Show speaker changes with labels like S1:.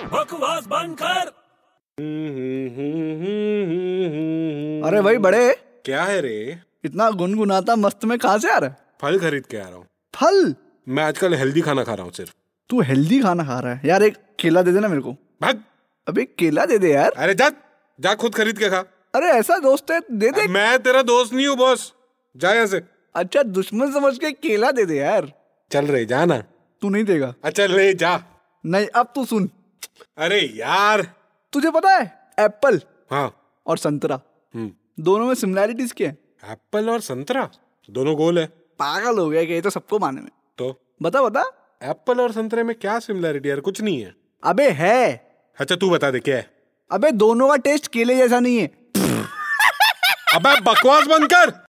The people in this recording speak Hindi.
S1: आवाज बंद कर
S2: अरे भाई बड़े
S3: क्या है रे
S2: इतना गुनगुनाता मस्त में कहाँ से आ रहा है
S3: फल खरीद के आ रहा हूँ
S2: फल
S3: मैं आजकल हेल्दी खाना खा रहा हूँ सिर्फ
S2: तू हेल्दी खाना खा रहा है यार एक केला दे देना मेरे को
S3: भाग
S2: अबे केला दे दे यार
S3: अरे जा जा खुद खरीद के खा
S2: अरे ऐसा दोस्त है दे दे
S3: मैं तेरा दोस्त नहीं हूँ बॉस जा यहाँ से
S2: अच्छा दुश्मन समझ के केला दे दे यार
S3: चल रही जा ना
S2: तू नहीं देगा
S3: अच्छा ले जा
S2: नहीं अब तू सुन
S3: अरे यार
S2: तुझे पता है एप्पल
S3: हाँ
S2: और संतरा
S3: हम्म
S2: दोनों में सिमिलैरिटीज क्या है
S3: एप्पल और संतरा दोनों गोल है
S2: पागल हो गया कि ये तो सबको माने में
S3: तो
S2: बता बता
S3: एप्पल और संतरे में क्या सिमिलैरिटी यार कुछ नहीं है
S2: अबे है
S3: अच्छा तू बता दे क्या है
S2: अबे दोनों का टेस्ट केले जैसा नहीं है
S3: अबे बकवास बंद कर